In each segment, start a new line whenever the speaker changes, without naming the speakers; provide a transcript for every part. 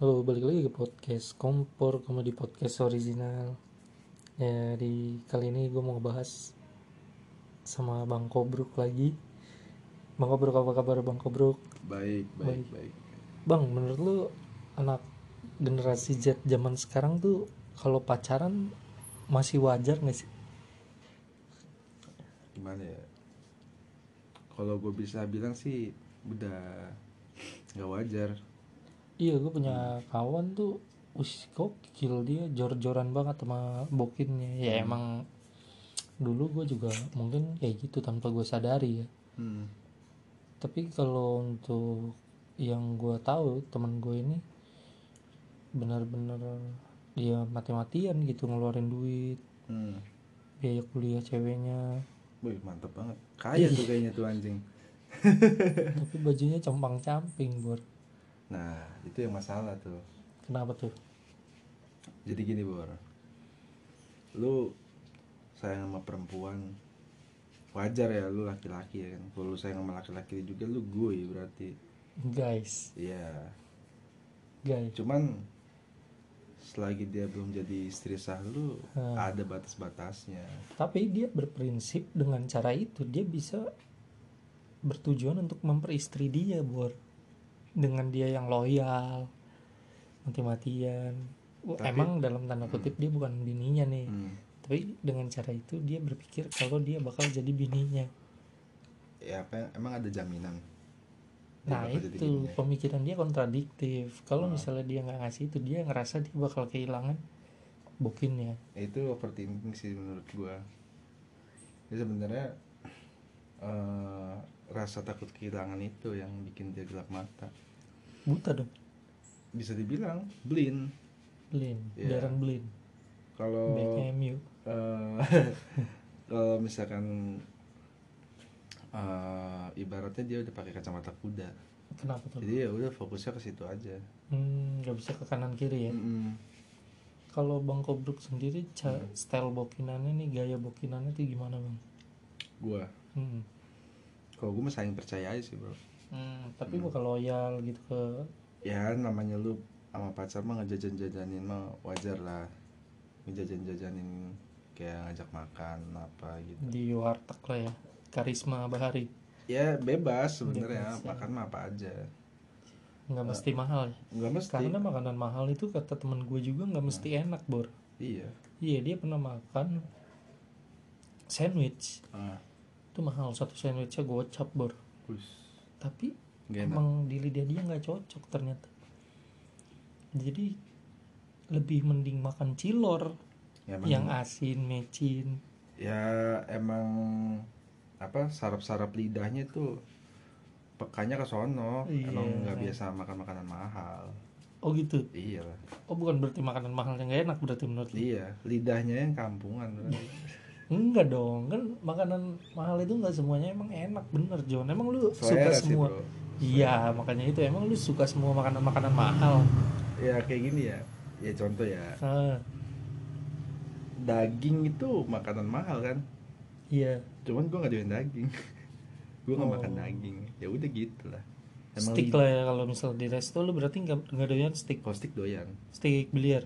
balik lagi ke podcast Kompor Komedi Podcast Original Ya di kali ini gue mau ngebahas sama Bang Kobruk lagi Bang Kobruk apa kabar Bang Kobruk?
Baik, baik, baik.
Bang menurut lu anak generasi Z zaman sekarang tuh kalau pacaran masih wajar gak sih?
Gimana ya? Kalau gue bisa bilang sih udah nggak wajar.
Iya gue punya kawan tuh Ush gokil dia jor-joran banget sama bokinnya Ya emang dulu gue juga mungkin kayak gitu tanpa gue sadari ya
Hmm.
tapi kalau untuk yang gue tahu teman gue ini benar-benar dia mati-matian gitu ngeluarin duit
Hmm.
biaya kuliah ceweknya
Wih, mantep banget. Kaya tuh kayaknya tuh anjing.
tapi bajunya compang-camping bor
Nah, itu yang masalah tuh.
kenapa tuh
Jadi gini, Bor. Lu sayang sama perempuan wajar ya lu laki-laki ya kan kalau lu sayang sama laki-laki juga lu gue berarti
guys
iya
guys
cuman selagi dia belum jadi istri sah lu
Hmm.
ada batas-batasnya
tapi dia berprinsip dengan cara itu dia bisa bertujuan untuk memperistri dia bor dengan dia yang loyal mati-matian Wah,
Tapi-
emang dalam tanda kutip dia bukan bininya nih
Hmm.
tapi dengan cara itu dia berpikir kalau dia bakal jadi bininya
ya apa- emang ada jaminan Dia
nah
bakal jadi Ah.
itu
gini ya?
pemikiran dia kontradiktif kalau misalnya dia nggak ngasih itu dia ngerasa dia bakal kehilangan ya. bokinnya
Ya, itu overthinking sih menurut gua jadi sebenarnya eh, rasa takut kehilangan itu yang bikin dia gelap mata
buta dong
bisa dibilang blind
Blin
Iya. Oh.
Darren Blin
kalau
backnya MU
eh, kalau misalkan eh, ibaratnya dia udah pakai kacamata kuda
kenapa tuh
jadi ya udah fokusnya ke situ aja
Hmm, nggak bisa ke kanan kiri ya
Mm-mm.
kalau Bang Kobruk sendiri ca-
Hmm.
style bokinannya nih gaya bokinannya tuh gimana bang
gua
hmm.
kalau gua mah saling percaya aja sih bro
Hmm, tapi bakal loyal gitu ke
ya namanya lu sama pacar mah ngejajan-jajanin mah wajar lah ngejajan-jajanin kayak ngajak makan apa gitu
di warteg lah ya karisma bahari
ya bebas
Bebas,
sebenarnya
ya.
makan mah apa aja
nggak
Ah.
mesti mahal ya
nggak mesti
karena makanan mahal itu kata temen gue juga
Nah.
nggak mesti enak bor
iya
iya dia pernah makan sandwich
ah
itu mahal satu sandwichnya gocap bor
wis
tapi
nggak enak
emang di lidah dia nggak cocok ternyata jadi lebih mending makan cilor
ya emang,
yang asin mecin
ya emang apa sarap-sarap lidahnya tuh pekanya ke sono
Iya.
emang nggak biasa makan makanan mahal
oh gitu
iya lah
oh bukan berarti makanan mahal yang nggak enak berarti menurut lu
iya lidahnya yang kampungan berarti.
enggak dong kan makanan mahal itu nggak semuanya emang enak bener John emang lu suka
selera sih
semua
bro
Iya, makanya itu emang lu suka semua makanan-makanan mahal.
ya kayak gini ya ya contoh ya
Ah,
daging itu makanan mahal kan
iya.
cuman gue nggak doyan daging gue nggak makan
Oh.
daging ya udah gitu lah
Stick lah ya kalau misal di resto lu berarti nggak nggak doyan stick.
kostik doyan
Stick biliar.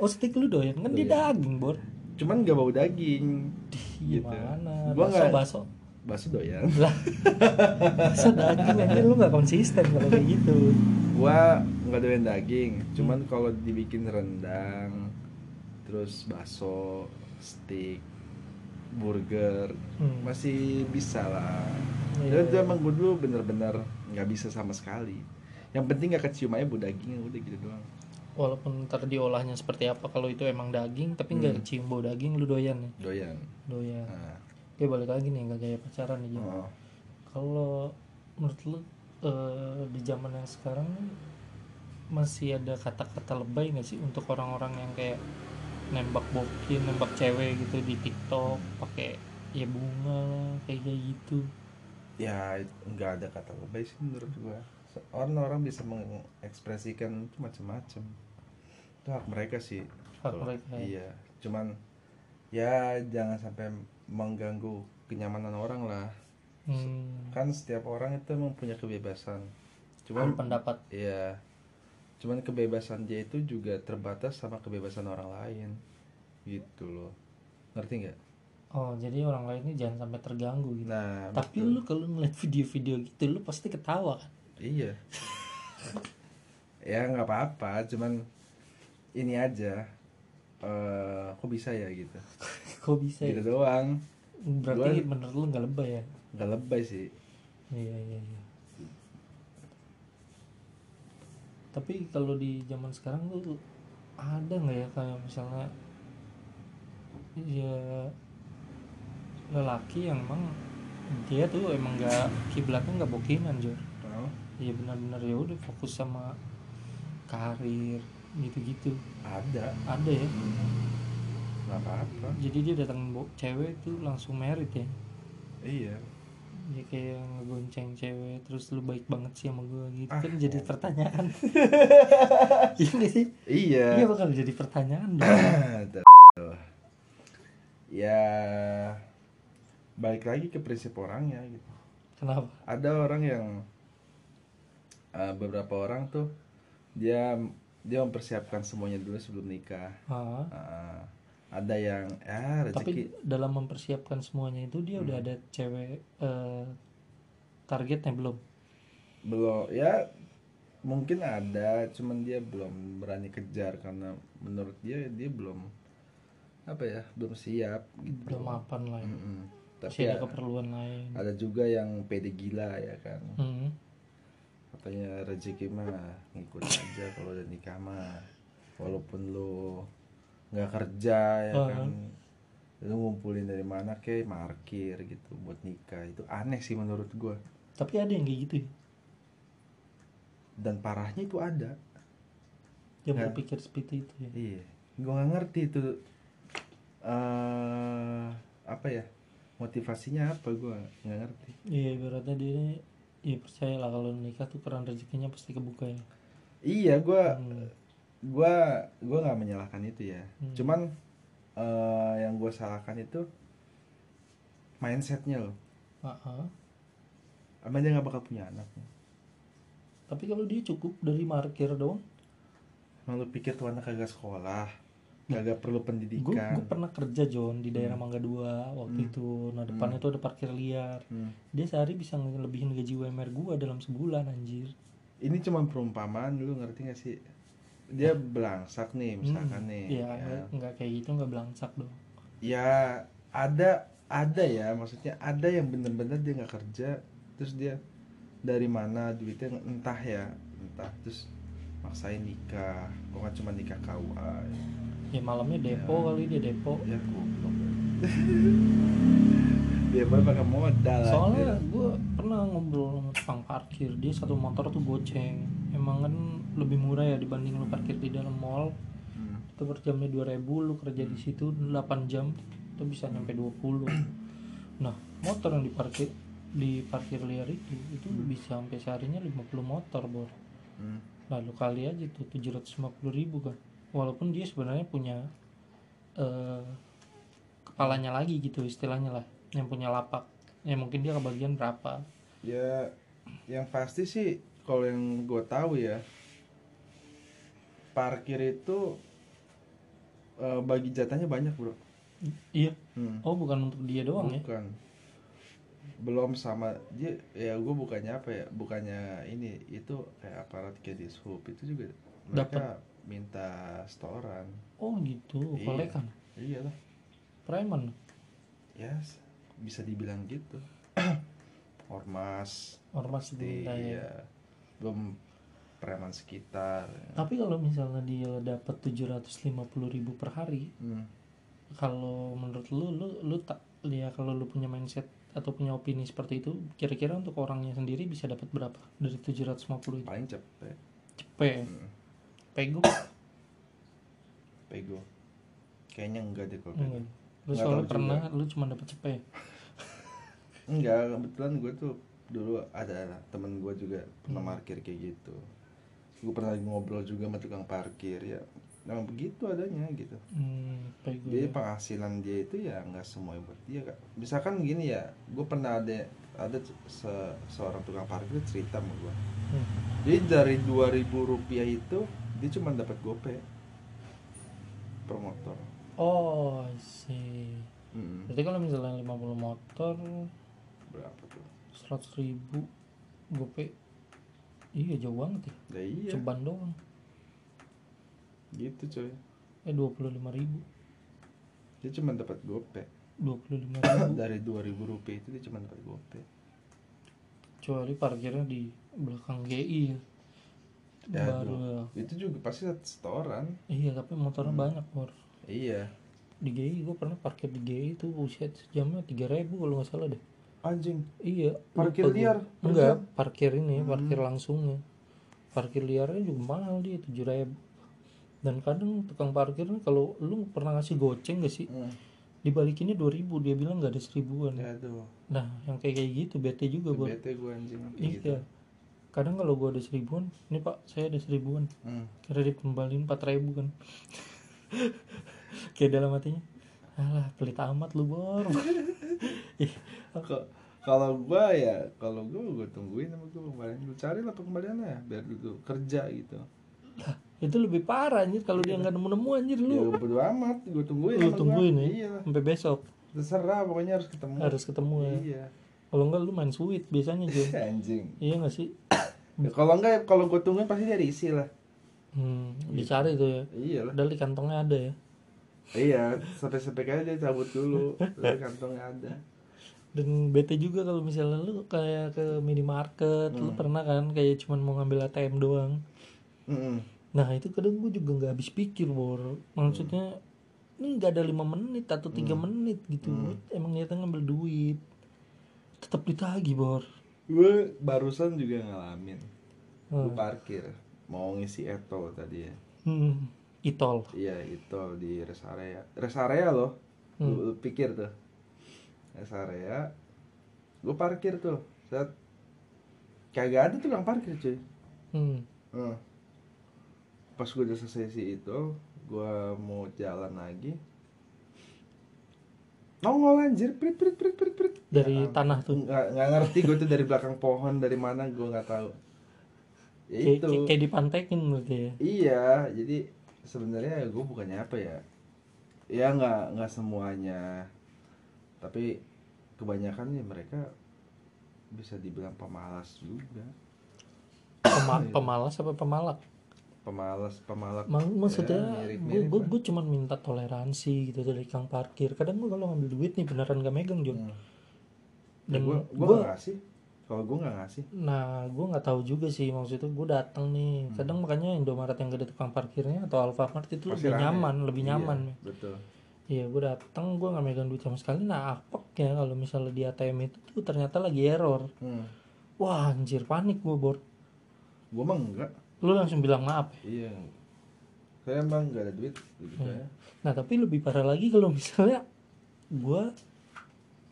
oh, stick lu doyan kan dia daging, Bor.
cuman nggak bau daging
Di
Gitu.
mana?
Gua
Bakso
nggak-
bakso.
bakso doyan
Lah. bakso daging aja lu nggak konsisten kalau kayak gitu.
gue nggak doyan daging cuman
Hmm.
kalau dibikin rendang terus bakso stick burger
Hmm.
masih bisa lah
Iya.
itu emang gue dulu bener-bener nggak bisa sama sekali yang penting gak kecium aja bu dagingnya udah gitu doang
Walaupun ntar diolahnya seperti apa kalau itu emang daging tapi
Hmm.
nggak cium bau daging lu doyan ya.
doyan
Doyan.
Nah,
Oke, balik lagi nih nggak gaya pacaran nih. Jin.
oh.
kalau menurut lu eh, di zaman yang sekarang masih ada kata-kata lebay nggak sih untuk orang-orang yang kayak nembak bokin nembak cewek gitu di TikTok pakai ya bunga lah, kayak kayak gitu
ya nggak ada kata lebay sih menurut gua orang orang bisa mengekspresikan itu macam-macam itu hak mereka sih
Hak
Kalau-
mereka ya.
iya cuman ya jangan sampai mengganggu kenyamanan orang lah
hmm,
kan setiap orang itu memang punya kebebasan
kan
cuman
pendapat
iya cuman kebebasan dia itu juga terbatas sama kebebasan orang lain gitu loh ngerti nggak
oh jadi orang lainnya jangan sampai terganggu gitu
nah
tapi
betul.
lu kalau ngeliat video-video gitu lu pasti ketawa kan
iya ya nggak apa-apa cuman ini aja eh kok bisa ya gitu
kok bisa
gitu
ya?
doang
berarti
Gua-
menurut lu nggak lebay ya
nggak lebay sih
iya iya iya tapi kalau di zaman sekarang lu ada nggak ya kayak misalnya ya lelaki yang emang dia tuh emang nggak kiblatnya nggak bokinan jor
Oh,
ya benar-benar ya udah fokus sama karir gitu-gitu
ada
ada ya
nggak apa-apa
jadi dia datang bo- cewek tuh langsung merit ya
iya
ya kayak ngegonceng cewek terus lu baik banget sih sama gue gitu
Ah.
kan jadi pertanyaan iya nggak sih iya
iya
bakal jadi pertanyaan dong
Tuh. ya balik lagi ke prinsip orangnya gitu
kenapa
ada orang yang eh, beberapa orang tuh dia dia mempersiapkan semuanya dulu sebelum nikah
Ah,
Ah, ada yang ya
tapi
rezeki Hmm.
dalam mempersiapkan semuanya itu dia udah ada cewek eh, targetnya belum
belum ya mungkin ada cuman dia belum berani kejar karena menurut dia dia belum apa ya belum siap gitu
belum mapan lah ya.
Mm-mm. tapi
masih
ya,
ada keperluan lain
ada juga yang pede gila ya kan
Hmm.
katanya rezeki mah ngikut aja kalau udah nikah mah walaupun lu nggak kerja ya
Oh.
kan lu ngumpulin dari mana kayak markir gitu buat nikah itu aneh sih menurut gua
tapi ada yang kayak gitu ya
dan parahnya itu ada
yang
Nggak.
berpikir seperti itu ya
iya gua nggak ngerti itu eh apa ya motivasinya apa gua nggak ngerti
iya ibaratnya dia ya percaya lah kalau nikah tuh peran rezekinya pasti kebuka ya
iya gua
Hmm.
gua gua nggak menyalahkan itu ya
Hmm.
cuman eh, yang gua salahkan itu mindsetnya loh
Ah, ah.
emang dia nggak bakal punya anak
tapi kalau dia cukup dari markir doang
emang lu pikir tuh anak kagak sekolah kagak perlu
gue
pendidikan
pernah kerja John di daerah Mangga Dua waktu
Hmm.
itu nah depannya tuh ada parkir liar
Hmm.
dia sehari bisa ngelebihin gaji UMR gue dalam sebulan anjir
ini cuma perumpamaan lu ngerti gak sih dia belangsak nih
Ya.
misalkan
Hmm.
nih
ya,
ya.
nggak kayak gitu nggak belangsak dong
ya ada ada ya maksudnya ada yang bener-bener dia nggak kerja terus dia dari mana duitnya entah ya entah terus maksain nikah kok nggak cuma nikah KUA
ya malamnya depo
Ya.
kali dia depo
ya goblok dia baru pakai modal
soalnya
anjir.
gue pernah ngobrol sama tukang parkir dia satu motor tuh goceng emang kan lebih murah ya dibanding lu parkir di dalam mall
Hmm.
itu per jamnya 2000 lu kerja di situ 8 jam itu bisa nyampe 20 nah motor yang diparkir di parkir liar itu itu bisa sampai seharinya 50 motor bor
Hmm.
lalu kali aja tuh 750 ribu kan walaupun dia sebenarnya punya eh, kepalanya lagi gitu istilahnya lah yang punya lapak ya mungkin dia kebagian berapa
ya yang pasti sih kalau yang gue tahu ya parkir itu eh, bagi jatahnya banyak bro
iya
Hmm.
oh bukan untuk dia doang ya
bukan belum sama dia ya gue bukannya apa ya bukannya ini itu kayak aparat kayak di Sub, itu juga mereka minta setoran
oh gitu
Iya.
kolekan
iya lah
preman
ya s- bisa dibilang gitu ormas
ormas
di
diminta ya.
ya, belum preman sekitar
Tapi kalau misalnya dia dapat 750.000 ribu per hari,
Hmm.
kalau menurut lu, lu, lu tak ya kalau lu punya mindset atau punya opini seperti itu, kira-kira untuk orangnya sendiri bisa dapat berapa dari 750 itu?
paling cepet
Cepet,
Hmm.
pego,
pego kayaknya enggak deh kalau pego
enggak. Iya. Lu
Nggak
soalnya
tahu
pernah, lu cuma dapat cepet.
enggak kebetulan gue tuh dulu ada temen gue juga pernah parkir kayak gitu gue pernah ngobrol juga sama tukang parkir ya memang begitu adanya gitu
Hmm, pego.
jadi
ya.
penghasilan dia itu ya nggak semuanya buat dia kak misalkan gini ya gue pernah ada ada se- seorang tukang parkir cerita sama gue
Hmm.
Jadi dari 2000 rupiah itu dia cuma dapat gope per motor.
Oh, I see.
Mm-mm.
Berarti kalau misalnya 50 motor
Berapa tuh?
100 ribu gope Iya jauh banget ya,
Ya iya.
ceban doang
Gitu coy.
Eh 25 ribu
Dia cuma dapat gope.
25 ribu
dari 2000 rupiah itu dia cuma dapat gope.
Kecuali parkirnya di belakang GI ya
Ya,
Baru ya.
Itu juga pasti satu setoran.
Iya tapi motornya
Hmm.
banyak Bor.
Iya.
Di GI gue pernah parkir di GI itu buset sejamnya 3 ribu kalau nggak salah deh
Anjing.
Iya
Parkir
lupa gua.
liar, Hmm. per
Enggak
jam?
parkir ini parkir langsungnya Parkir liarnya juga mahal dia 7 ribu Dan kadang tukang parkirnya kalau lu pernah ngasih goceng gak sih
Hmm.
Dibalikinnya 2000 dia bilang nggak ada seribuan
Ya tuh.
Nah yang kayak kayak gitu bete juga
Itu
gue
bete gue anjing.
Iya.
Gitu.
Kadang kalau gua ada seribuan, ini pak saya ada seribuan,
Hmm.
kredit kembaliin empat ribu kan. Kayak dalam hatinya, alah pelit amat lu bor. Ih,
Ke- kalau gua ya kalau gua gua tungguin sama gua kembalian gua cari lah pengembaliannya biar gitu kerja gitu
itu lebih parah anjir kalau dia nggak nemu-nemu anjir
ya
lu.
gua bodo amat gua tungguin
lu
sama
tungguin
gua.
ya,
iya
sampai besok
terserah pokoknya harus ketemu
harus ketemu ya.
iya
Kalau enggak lu main sweet biasanya Jo.
anjing
iya nggak sih?
Ya, kalau enggak kalau gua tungguin pasti dia isi lah
Hmm, dicari tuh ya.
iya lah
Padahal di kantongnya ada ya.
iya sampai sampai kali dia cabut dulu dari kantongnya ada
dan bete juga kalau misalnya lu kayak ke minimarket lu
Hmm.
pernah kan kayak cuman mau ngambil ATM doang
Mm-mm.
nah itu kadang gue juga nggak habis pikir bor maksudnya ini nggak ada lima menit atau tiga
Hmm.
menit gitu emang niatnya ngambil duit tetap ditagi bor
gua barusan juga ngalamin gua
Hmm.
parkir mau ngisi etol tadi ya
hmm. itol
Iya itu di rest area Rest area loh Lu- Lu, pikir tuh Rest area Gue parkir tuh Set Kagak ada tukang parkir cuy
hmm.
Hmm. Pas gue udah selesai si itu Gue mau jalan lagi Nongol anjir Prit prit prit prit prit
dari
Ya,
tanah tuh
nggak, nggak ngerti gue tuh dari belakang pohon Dari mana gue nggak tahu Ya
kayak,
itu
kayak, kayak dipantekin berarti ya
Iya, jadi sebenarnya gue bukannya apa ya? Ya nggak nggak semuanya, tapi kebanyakan ya mereka bisa dibilang pemalas juga,
Pema-
Iya.
pemalas apa pemalak
pemalas pemalak.
Ma-
Ya,
maksudnya gue
mirip-mirip
gue
lah.
gue cuman minta toleransi gitu dari kang parkir kadang gue kalau ngambil duit nih beneran gak megang Jon
Hmm. Ya,
dan
gue gue
gue
nggak ngasih. Kalau gue nggak ngasih,
nah gue nggak tahu juga sih maksudnya gue datang nih kadang makanya Indomaret yang gede tukang parkirnya atau Alfamart itu
Pasti
lebih
rame.
nyaman lebih
Iya,
nyaman
betul.
iya gue datang gue nggak megang duit sama sekali nah apek ya kalau misalnya di ATM itu tuh ternyata lagi error
Hmm.
wah anjir panik gue bor
Gue mah enggak.
lu langsung bilang maaf ya?
Iya. Saya emang nggak ada duit gitu ya.
nah tapi lebih parah lagi kalau misalnya gue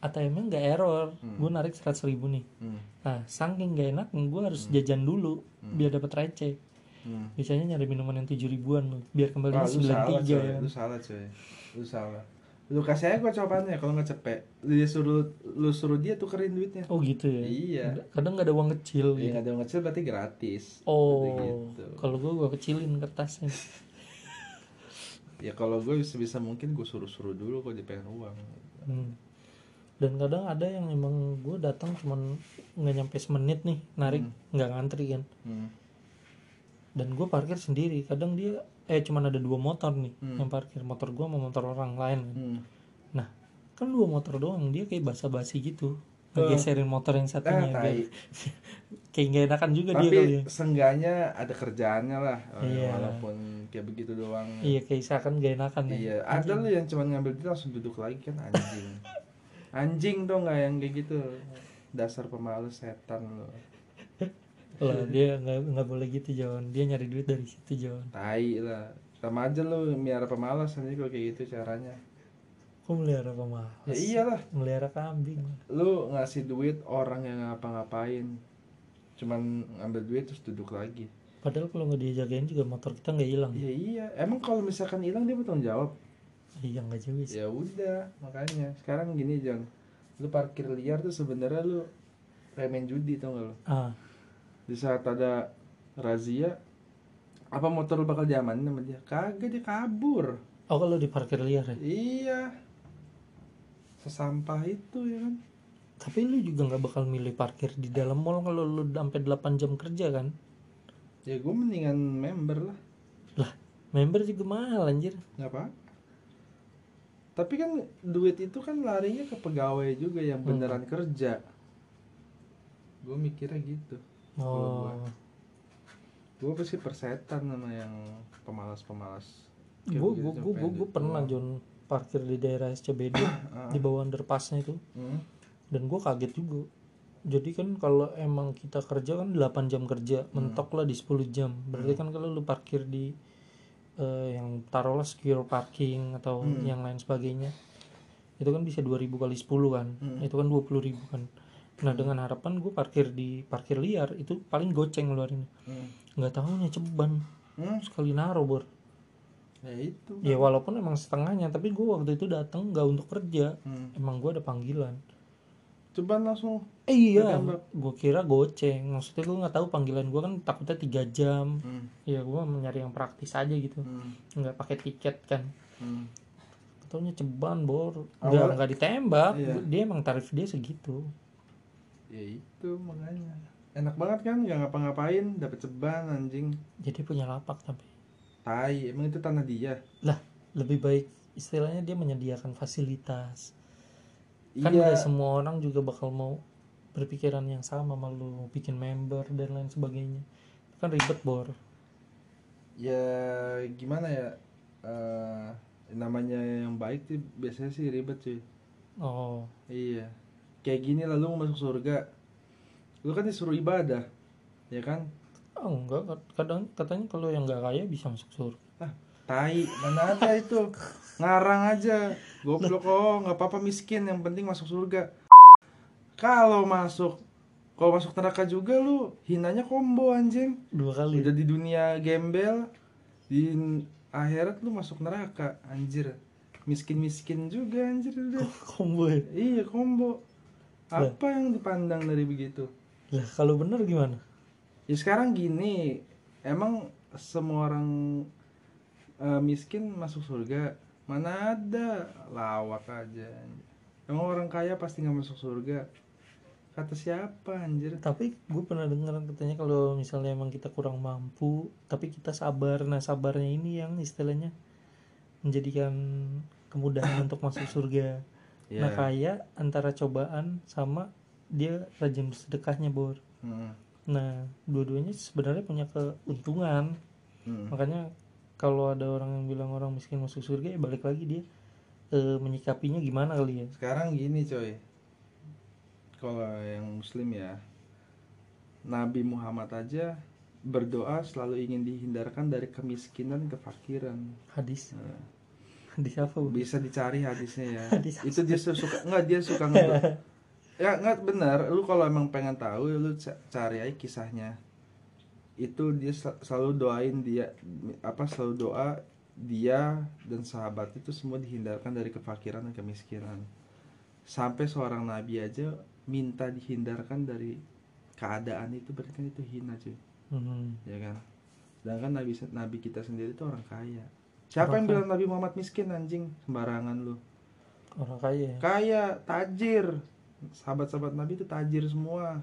ATM-nya nggak error gue narik seratus ribu nih
Hmm.
Nah, saking gak enak gue harus jajan dulu biar dapat receh.
Hmm.
Biasanya nyari minuman yang tujuh ribuan loh, biar kembali
Ah, lu
sembilan
salah
tiga
coy,
ya.
lu salah coy lu salah lu kasih aja gocopannya kalau nggak cepet lu dia suruh lu suruh dia tukerin duitnya
Oh gitu ya.
iya
Kadang gak ada uang kecil.
Iya
gitu.
nggak ada yang kecil berarti gratis
Oh,
Berarti gitu.
kalau gue gue kecilin kertasnya.
ya kalau gue bisa bisa mungkin gue suruh suruh dulu kalau dia pengen uang
Hmm. Dan kadang ada yang emang gue datang cuman nggak nyampe semenit nih narik nggak ngantri kan.
hmm.
Dan gue parkir sendiri. Kadang dia eh cuman ada dua motor nih yang parkir motor gue sama motor orang lain. kan.
Hmm.
Nah, kan dua motor doang dia kayak basa-basi gitu. Ngegeserin motor yang satunya
Ah,
biar-
tai.
kayak gak enakan juga dia
tapi
kali ya.
seenggaknya ada kerjaannya lah eh,
Iya.
walaupun kayak begitu doang
Iya, kayak seakan gak enakan ya.
Iya, ada lu yang cuma ngambil duit langsung duduk lagi kan anjing. anjing tuh nggak yang kayak gitu. Dasar pemalu setan lu.
Lah, dia nggak nggak boleh gitu, Jon. Dia nyari duit dari situ, Jon.
Tai lah. Sama aja lu miara pemalas anjing kalau kayak gitu caranya.
Kok melihara apa mah?
Ya iyalah,
Melihara kambing.
lu ngasih duit orang yang ngapa-ngapain. Cuman ngambil duit terus duduk lagi.
Padahal kalau nggak dia jagain juga motor kita nggak hilang.
Ya iya, emang kalau misalkan hilang dia bertanggung jawab.
Iya nggak juga sih.
Ya udah, makanya sekarang gini Jon. Lu parkir liar tuh sebenarnya lu remen judi tau gak lu?
Ah,
di saat ada razia apa motor lu bakal diamanin sama dia kagak dia kabur
oh kalau di parkir liar ya
iya sesampah itu ya kan
tapi lu juga nggak bakal milih parkir di dalam mall kalau lu sampai 8 jam kerja kan
ya gue mendingan member lah
lah member juga mahal anjir
nggak apa tapi kan duit itu kan larinya ke pegawai juga yang beneran kerja gue mikirnya gitu
oh
gue pasti persetan sama yang pemalas-pemalas Kayak
gue
begitu
gue
sampai
gue
di- Ah,
pernah John parkir di daerah SCBD di bawah underpassnya itu
Hmm.
dan gue kaget juga jadi kan kalau emang kita kerja kan 8 jam kerja mentok lah di 10 jam berarti kan kalau lu parkir di eh, yang taruhlah secure parking atau yang lain sebagainya itu kan bisa 2000 kali 10 kan itu kan 20.000 kan nah dengan harapan gue parkir di parkir liar itu paling goceng ngeluarin
Hmm.
nggak tahu nih ceban
Hmm.
sekali naro bor
ya itu
ya walaupun emang setengahnya tapi gue waktu itu datang nggak untuk kerja
Hmm.
emang gue ada panggilan
coba langsung
Eh, iya
Bergambar.
gue kira goceng maksudnya gue nggak tahu panggilan gue kan takutnya tiga jam
Hmm.
ya gue mencari yang praktis aja gitu
Hmm.
nggak pakai tiket kan
Hmm.
Taunya ceban bor nggak
Awal-
nggak ditembak
Iya.
dia emang tarif dia segitu
ya itu makanya enak banget kan nggak ngapa-ngapain dapat ceban anjing
jadi punya lapak tapi
tai emang itu tanah dia
lah lebih baik istilahnya dia menyediakan fasilitas kan
iya
nggak semua orang juga bakal mau berpikiran yang sama malu bikin member dan lain sebagainya kan ribet bor
ya gimana ya Eh, namanya yang baik sih biasanya sih ribet cuy
oh
Iya. Kayak gini lah lu mau masuk surga. Lu kan disuruh ibadah. Ya kan?
Oh, enggak, kadang katanya kalau yang nggak kaya bisa masuk surga.
Tai, mana ada itu. Ngarang aja. Goblok oh, nggak apa-apa miskin, yang penting masuk surga. Kalau masuk kalau masuk neraka juga lu hinanya combo anjing.
Dua kali.
Udah di dunia gembel, di akhirat lu masuk neraka, anjir. Miskin-miskin juga anjir udah.
Combo ya.
Iya, combo.
Lah.
Apa yang dipandang dari begitu?
Lah, kalau bener gimana?
Ya sekarang gini, emang semua orang eh, miskin masuk surga? Mana ada lawak aja. Emang orang kaya pasti nggak masuk surga. Kata siapa anjir?
Tapi gue pernah dengar katanya kalau misalnya emang kita kurang mampu, tapi kita sabar. Nah, sabarnya ini yang istilahnya menjadikan kemudahan untuk masuk surga. Nah,
Iya.
kaya antara cobaan sama dia rajin bersedekahnya, Bor.
Mm,
Nah, dua-duanya sebenarnya punya keuntungan.
mm.
makanya kalau ada orang yang bilang orang miskin masuk surga ya balik lagi dia eh, menyikapinya gimana kali ya
Sekarang gini coy. Kalau yang muslim ya, Nabi Muhammad aja berdoa selalu ingin dihindarkan dari kemiskinan kefakiran.
hadis
Nah.
hadis apa Bu?
bisa dicari hadisnya ya
Hadis
itu dia su- suka nggak dia suka nge- ya nggak benar lu kalau emang pengen tahu lu ca- cari aja kisahnya itu dia sel- selalu doain dia apa selalu doa dia dan sahabat itu semua dihindarkan dari kefakiran dan kemiskinan sampai seorang nabi aja minta dihindarkan dari keadaan itu berarti kan itu hina cuy
Hmm.
ya kan sedangkan nabi se- nabi kita sendiri itu orang kaya siapa yang bilang nabi Muhammad miskin anjing sembarangan lu
orang kaya ya
kaya tajir sahabat-sahabat nabi itu tajir semua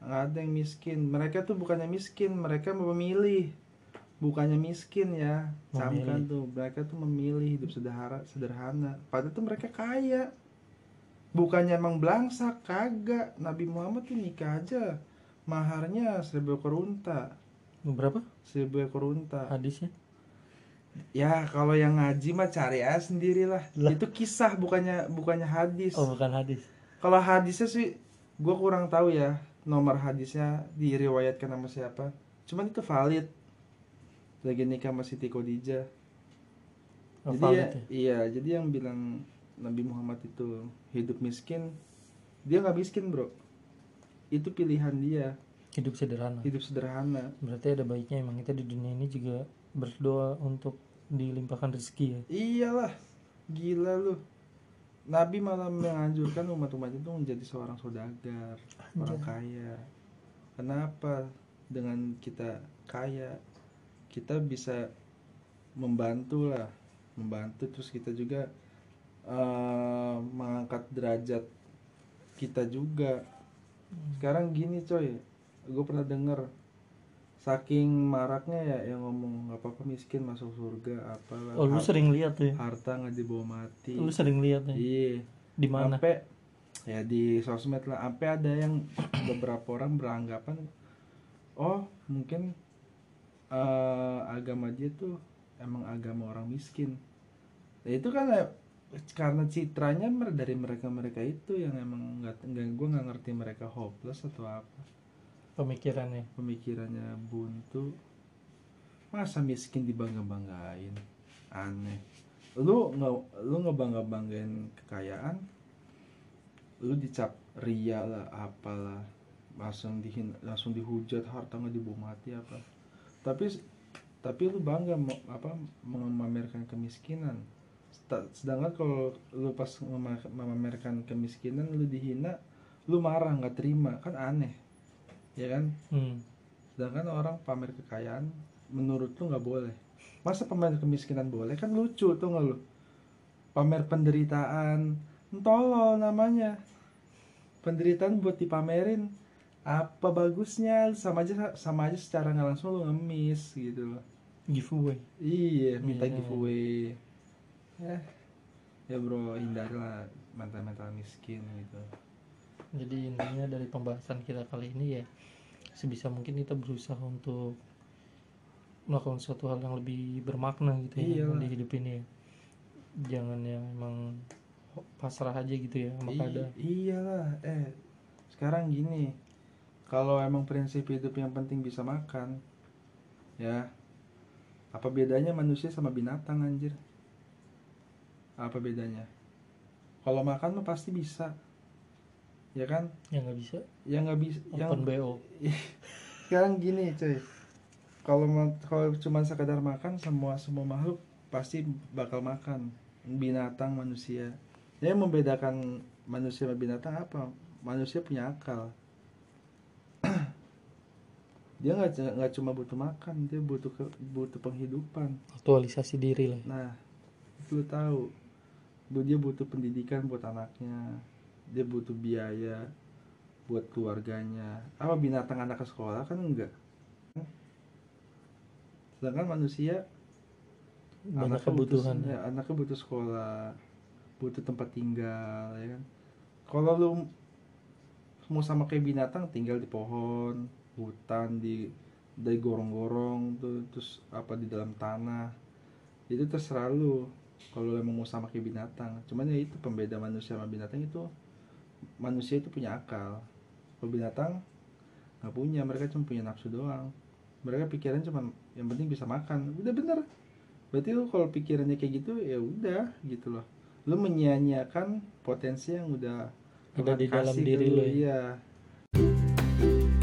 nggak ada yang miskin mereka tuh bukannya miskin mereka memilih bukannya miskin ya camkan tuh mereka tuh memilih hidup sederhana sederhana padahal tuh mereka kaya bukannya emang belangsak kagak Nabi Muhammad tuh nikah aja maharnya seribu korunta
berapa
seribu ekor unta.
hadisnya
Ya kalau yang ngaji mah cari aja sendirilah.
Lah.
Itu kisah bukannya bukannya hadis.
oh bukan hadis
Kalau hadisnya sih gue kurang tahu ya nomor hadisnya diriwayatkan sama siapa. Cuman itu valid. Lagi nikah sama Siti Khadijah.
Oh,
Jadi
valid
ya, iya, jadi yang bilang Nabi Muhammad itu hidup miskin, dia nggak miskin bro. Itu pilihan dia
hidup sederhana
hidup sederhana.
berarti ada baiknya emang kita di dunia ini juga berdoa untuk dilimpahkan rezeki ya
Iyalah, gila lu. Nabi malah menganjurkan umat-umatnya itu menjadi seorang saudagar, orang kaya. Kenapa? dengan kita kaya kita bisa membantu lah membantu terus kita juga eh, mengangkat derajat kita juga
Hmm.
sekarang gini coy gue pernah denger saking maraknya ya yang ngomong nggak apa-apa miskin masuk surga apa
oh lu sering lihat tuh ya
harta nggak dibawa mati
lu sering lihat ya
iya
di mana
Sampai ya di sosmed lah, sampai ada yang beberapa orang beranggapan oh mungkin eh, agama dia tuh emang agama orang miskin. Ya, itu kan eh, karena citranya mer- dari mereka-mereka itu yang emang nggak nggak gue nggak ngerti mereka hopeless atau apa
pemikirannya
pemikirannya buntu masa miskin dibangga banggain aneh lu nggak lu ngebangga banggain kekayaan lu dicap ria lah apalah langsung dihin langsung dihujat harta nggak dibawa mati apa tapi tapi lu bangga me- apa memamerkan kemiskinan Sta- sedangkan kalau lu pas mema- memamerkan kemiskinan lu dihina lu marah nggak terima kan aneh ya kan
hmm.
Sedangkan orang pamer kekayaan menurut lu nggak boleh. Masa pamer kemiskinan boleh? Kan lucu tuh nggak lu? Pamer penderitaan, entolo namanya. Penderitaan buat dipamerin. Apa bagusnya? Sama aja sama aja secara nggak langsung lu ngemis gitu loh.
giveaway
Iya, minta
Iya.
giveaway. Ya. Ya bro, hindarilah mental-mental miskin gitu.
jadi intinya dari pembahasan kita kali ini ya sebisa mungkin kita berusaha untuk melakukan suatu hal yang lebih bermakna gitu ya
Iyalah.
di hidup ini ya. jangan yang emang pasrah aja gitu ya sama
Iya
keadaan.
iyalah, eh sekarang gini, kalau emang prinsip hidup yang penting bisa makan, ya apa bedanya manusia sama binatang anjir? Apa bedanya? Kalau makan mah pasti bisa, ya kan?
yang nggak bisa
Yang nggak bisa, yang
open bo
sekarang gini cuy kalau ma- kalau cuma sekadar makan semua semua makhluk pasti bakal makan binatang manusia ya yang membedakan manusia sama binatang apa manusia punya akal dia nggak c- nggak cuma butuh makan dia butuh ke- butuh penghidupan
aktualisasi diri lah
Nah, lu tahu, lu dia butuh pendidikan buat anaknya, dia butuh biaya buat keluarganya. Apa binatang anak ke sekolah kan enggak? Sedangkan manusia
banyak
anaknya butuh-
kebutuhan
ya, anaknya butuh sekolah, butuh tempat tinggal, ya kan. Kalau lu mau sama kayak binatang tinggal di pohon, hutan, di dari gorong-gorong tuh, terus apa di dalam tanah. Itu terserah lu kalau lu emang mau sama kayak binatang. Cuman ya itu pembeda manusia sama binatang itu manusia itu punya akal. Kalau binatang nggak punya, mereka cuma punya nafsu doang. Mereka pikiran cuma yang penting bisa makan. Udah bener berarti lu kalau pikirannya kayak gitu ya udah gitu loh lu menyia-nyiakan potensi yang udah
Ada
Tuhan
di dalam
iya. kasih ke
diri lu ya.
iya